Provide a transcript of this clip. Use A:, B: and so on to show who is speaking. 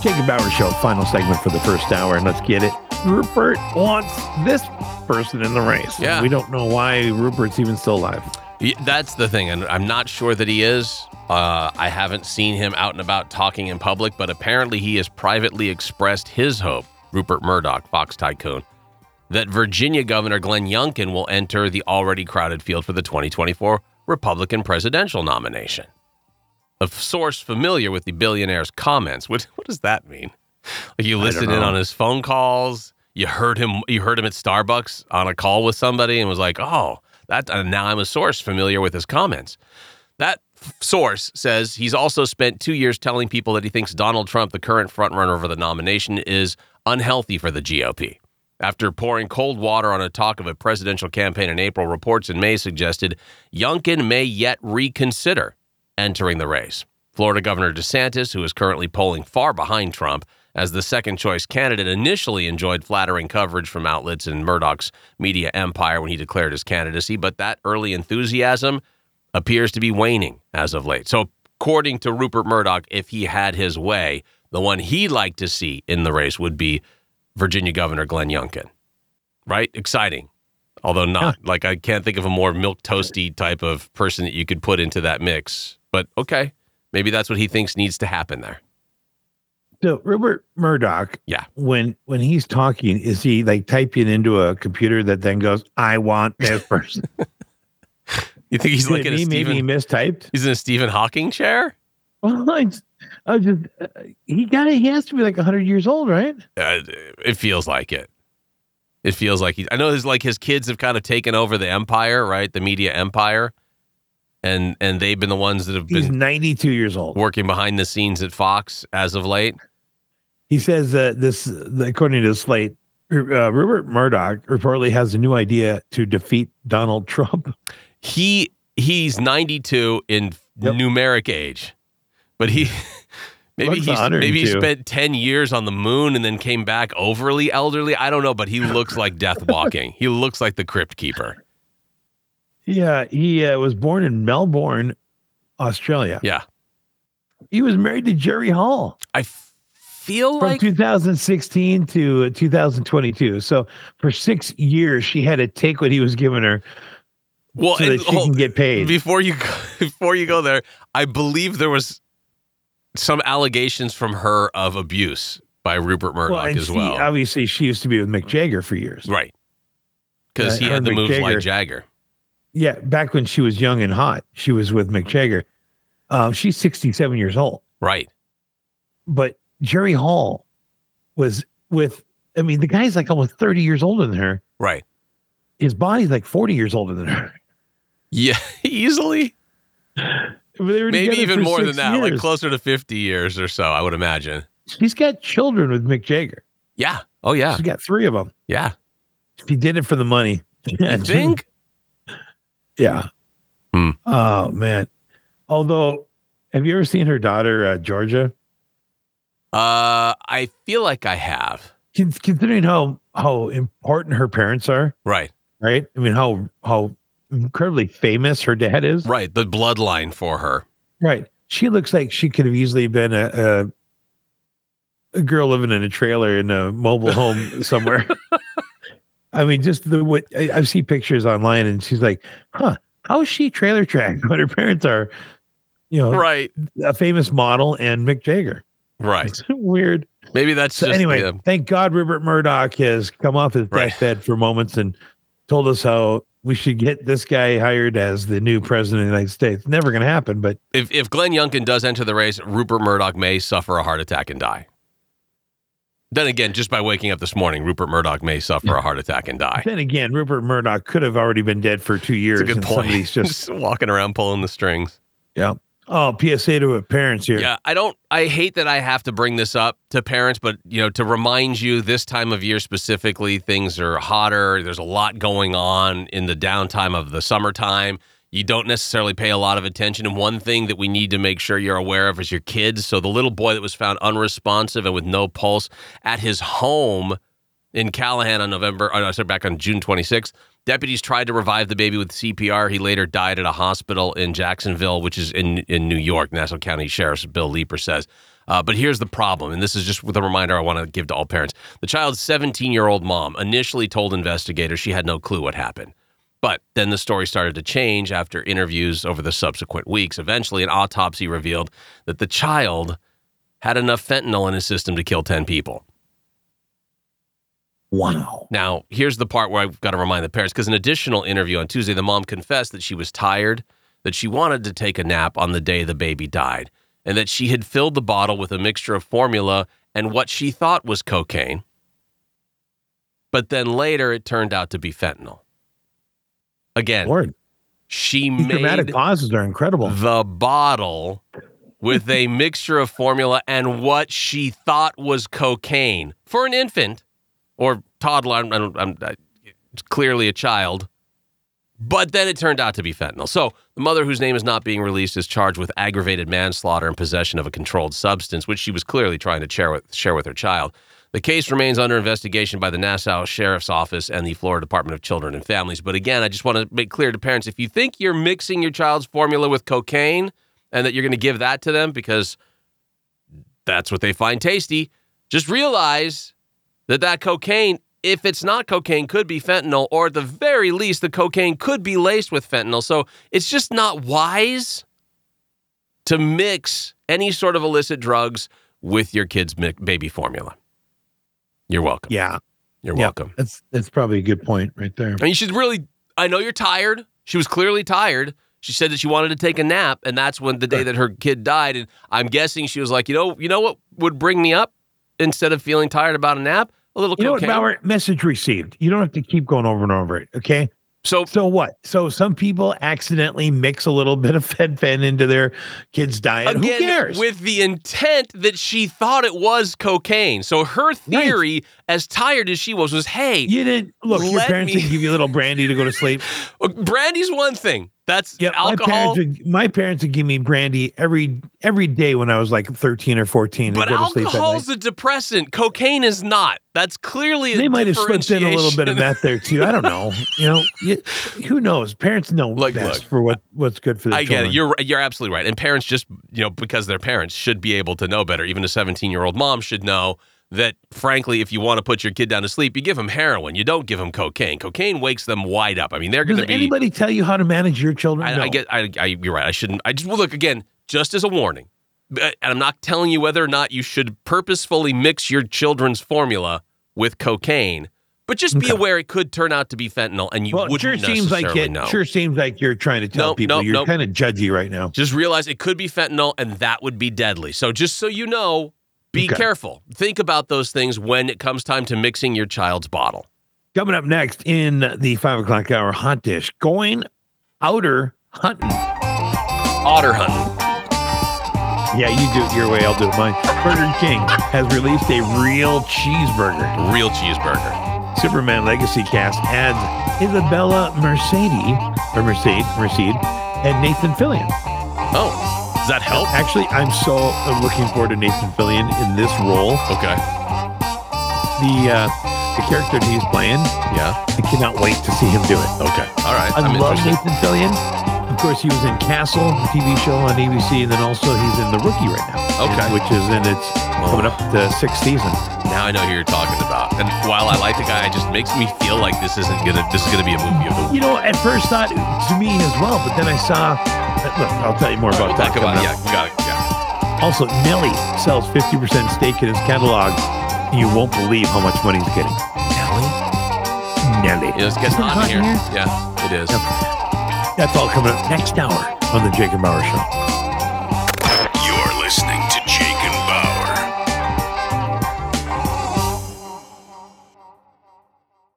A: Jacob Bauer Show, final segment for the first hour, and let's get it. Rupert wants this person in the race.
B: Yeah.
A: We don't know why Rupert's even still alive.
B: Y- That's the thing, and I'm not sure that he is. Uh, I haven't seen him out and about talking in public, but apparently he has privately expressed his hope, Rupert Murdoch, Fox tycoon, that Virginia Governor Glenn Youngkin will enter the already crowded field for the 2024 Republican presidential nomination. A f- source familiar with the billionaire's comments. What, what does that mean? Like you listened in
A: know.
B: on his phone calls. You heard him. You heard him at Starbucks on a call with somebody, and was like, "Oh, that." And now I'm a source familiar with his comments. That f- source says he's also spent two years telling people that he thinks Donald Trump, the current frontrunner for the nomination, is unhealthy for the GOP. After pouring cold water on a talk of a presidential campaign in April, reports in May suggested Youngkin may yet reconsider entering the race. Florida Governor DeSantis, who is currently polling far behind Trump as the second choice candidate, initially enjoyed flattering coverage from outlets in Murdoch's media empire when he declared his candidacy, but that early enthusiasm appears to be waning as of late. So, according to Rupert Murdoch, if he had his way, the one he'd like to see in the race would be Virginia Governor Glenn Youngkin. Right? Exciting. Although not like I can't think of a more milk toasty type of person that you could put into that mix. But okay, maybe that's what he thinks needs to happen there.
A: So Rupert Murdoch,
B: Yeah.
A: when when he's talking, is he like typing into a computer that then goes, "I want this person"?
B: You think he's like in a
A: he maybe
B: Stephen,
A: mistyped.
B: he's in a Stephen Hawking chair?
A: Well, I just, I just uh, he got it. He has to be like hundred years old, right?
B: Uh, it feels like it. It feels like he's. I know his like his kids have kind of taken over the empire, right? The media empire, and and they've been the ones that have
A: He's
B: been
A: ninety-two years old.
B: working behind the scenes at Fox as of late.
A: He says uh, this, the- according to Slate, Ru- uh, Rupert Murdoch reportedly has a new idea to defeat Donald Trump.
B: he he's 92 in
A: Yep.
B: numeric age but he maybe
A: Looks
B: he maybe
A: 102.
B: he spent 10 years on the moon and then came back overly elderly i don't know but he looks like death walking he looks like the crypt keeper
A: Yeah, he uh, was born in Melbourne, Australia.
B: yeah
A: He was married to Jerry Hall.
B: i f- feel
A: from
B: like
A: 2016 to 2022. So for six years, she had to take what he was giving her
B: well
A: so
B: and oh,
A: that she
B: hold-
A: can get paid.
B: before you go, before you go there i believe there was some allegations from her of abuse by rupert murdoch
A: and
B: as
A: she-
B: well
A: obviously, she used to be with Mick Jagger for years.
B: right
A: Yeah,
B: because he
A: her
B: had the
A: and
B: moves like
A: Jagger.
B: jagger
A: Yeah, back when she was young and hot, she was with Mick Jagger. Um, she's 67 years old,
B: right
A: but Jerry Hall was with. I mean, the guy's like almost 30 years older than her.
B: right
A: His body's like 40 years older than her.
B: Yeah, easily.
A: They were
B: Maybe
A: together
B: even
A: for
B: more than
A: six
B: that, like
A: years.
B: closer to 50 years or so, I would imagine.
A: She's got children with Mick Jagger.
B: Yeah. Oh, yeah.
A: She's got three of them.
B: Yeah.
A: He did it for the money.
B: I think?
A: Yeah.
B: Hmm.
A: Oh man. Although, have you ever seen her daughter uh, Georgia?
B: Uh, I feel like I have.
A: Con- considering how how important her parents are,
B: Right.
A: right? I mean, how how incredibly famous her dad is,
B: Right. The bloodline for her.
A: right? She looks like she could have easily been a. a a girl living in a trailer in a mobile home somewhere. I mean, just the what I, I see pictures online, and she's like, "Huh, how is she trailer tracked? But her parents are, you know,
B: Right.
A: a famous model and Mick Jagger.
B: Right.
A: It's weird.
B: Maybe that's
A: So
B: just
A: anyway,
B: the-
A: thank God Rupert Murdoch has come off his
B: Right.
A: deathbed for moments and told us how we should get this guy hired as the new president of the United States. Never going to happen, but
B: if, if Glenn Youngkin does enter the race, Rupert Murdoch may suffer a heart attack and die. Then again, just by waking up this morning, Rupert Murdoch may suffer a heart attack and die.
A: then again, Rupert Murdoch could have already been dead for two years.
B: That's a
A: and
B: good point.
A: Somebody's just
B: just walking around pulling the strings.
A: oh PSA to parents here.
B: Yeah, I don't. I hate that I have to bring this up to parents, but you know, to remind you, this time of year specifically, things are hotter. There's a lot going on in the downtime of the summertime. You don't necessarily pay a lot of attention. And one thing that we need to make sure you're aware of is your kids. So the little boy that was found unresponsive and with no pulse at his home in Callahan on November, oh, no, sorry, back on June 26th. Deputies tried to revive the baby with CPR. He later died at a hospital in Jacksonville, which is in, in New York. Nassau County Sheriff's Bill Leeper says. Uh, but here's the problem, and this is just with a reminder I want to give to all parents. The child's 17 year old mom initially told investigators she had no clue what happened. But then the story started to change after interviews over the subsequent weeks. Eventually, an autopsy revealed that the child had enough fentanyl in his system to kill 10 people.
A: Wow.
B: Now, here's the part where I've got to remind the parents because an additional interview on Tuesday, the mom confessed that she was tired, that she wanted to take a nap on the day the baby died, and that she had filled the bottle with a mixture of formula and what she thought was cocaine. But then later, it turned out to be fentanyl. Again,
A: Lord,
B: she
A: these
B: made
A: dramatic pauses are incredible.
B: the bottle with a mixture of formula and what she thought was cocaine for an infant or toddler. I'm, I'm, I'm I- it's clearly a child. But then it turned out to be fentanyl. So the mother, whose name is not being released, is charged with aggravated manslaughter and possession of a controlled substance, which she was clearly trying to share with, share with her child. The case remains under investigation by the Nassau Sheriff's Office and the Florida Department of Children and Families. But again, I just want to make clear to parents if you think you're mixing your child's formula with cocaine and that you're going to give that to them because that's what they find tasty, just realize that that cocaine, if it's not cocaine, could be fentanyl, or at the very least, the cocaine could be laced with fentanyl. So it's just not wise to mix any sort of illicit drugs with your kid's mi- baby formula. You're welcome.
A: Yeah,
B: You're
A: Yeah.
B: welcome.
A: that's that's probably a good point right there.
B: And you should really, I know you're tired. She was clearly tired. She said that she wanted to take a nap, and that's when the day that her kid died. And I'm guessing she was like, you know, you know what would bring me up instead of feeling tired about a nap? A little
A: You know what,
B: cocaine.
A: Bauer? Message received. You don't have to keep going over and over it. Okay.
B: so
A: So what? So some people accidentally mix a little bit of FedFen into their kids' diet.
B: again
A: Who cares?
B: with the intent that she thought it was cocaine. So her theory, as tired as she was, was hey,
A: you didn't look. Your
B: Let
A: parents
B: me-
A: didn't give you a little brandy to go to sleep.
B: uh, brandy's one thing. That's
A: Yeah, my
B: alcohol.
A: parents would my parents would give me brandy every every day when I was like thirteen or fourteen. to
B: But
A: go to sleep at night.
B: alcohol's a depressant. Cocaine is not. That's clearly a
A: they might have slipped in a little bit of
B: differentiation.
A: that there too. I don't know. You know, you- who knows? Parents know
B: Look,
A: best
B: look.
A: for what what's good for their
B: I get it.
A: children.
B: You're you're absolutely right. And parents just you know because they're parents should be able to know better. Even a 17 year old mom should know that. Frankly, if you want to put your kid down to sleep, you give them heroin. You don't give them cocaine. Cocaine wakes them wide up. I mean, they're going
A: Does
B: to be.
A: anybody tell you how to manage your children?
B: I,
A: No.
B: I get. I, I you're right. I shouldn't. I just well, look again, just as a warning. But- And I'm not telling you whether or not you should purposefully mix your children's formula with cocaine, but just be
A: Okay.
B: aware it could turn out to be fentanyl, and you
A: Well, it
B: wouldn't
A: sure seems
B: necessarily
A: like it.
B: know.
A: Sure seems like you're trying to tell
B: Nope,
A: people
B: nope,
A: you're
B: nope.
A: kind of judgy right now.
B: Just realize it could be fentanyl and that would be deadly. So just so you know, be
A: Okay.
B: careful. Think about those things when it comes time to mixing your child's bottle.
A: Coming up next in the five o'clock hour, hot dish going outer hunting.
B: Otter hunting.
A: Yeah, you do it your way. I'll do it mine. Burger King has released a real cheeseburger.
B: Real cheeseburger.
A: Superman Legacy cast adds Isabella Mercedes or Mercedes, Mercedes and Nathan Fillion.
B: Oh, does that help?
A: Actually, I'm so I'm looking forward to Nathan Fillion in this role.
B: Okay.
A: The uh, the character he's playing,
B: Yeah.
A: I cannot wait to see him do it.
B: Okay. All right.
A: I
B: I'm
A: love
B: interested.
A: Nathan Fillion. Of course, he was in Castle, a TV show on ABC, and then also he's in The Rookie right now.
B: Okay.
A: which is in its coming up the sixth season.
B: Now I know who you're talking about. And while I like the guy, it just makes me feel like this isn't gonna. This is gonna be a movie of the
A: You
B: week.
A: know, at first thought to me as well, but then I saw. Look, I'll tell you more
B: All right,
A: about
B: we'll
A: that.
B: talk
A: coming
B: about.
A: up.
B: Yeah. Got it. Yeah.
A: Also, Nelly sells 50% stake in his catalog. You won't believe how much money he's getting.
B: Nelly.
A: Nelly.
B: Yeah, it's getting
A: Isn't it
B: hot in here. Yeah, it is.
A: That's all coming up next hour on The Jacob Bauer Show.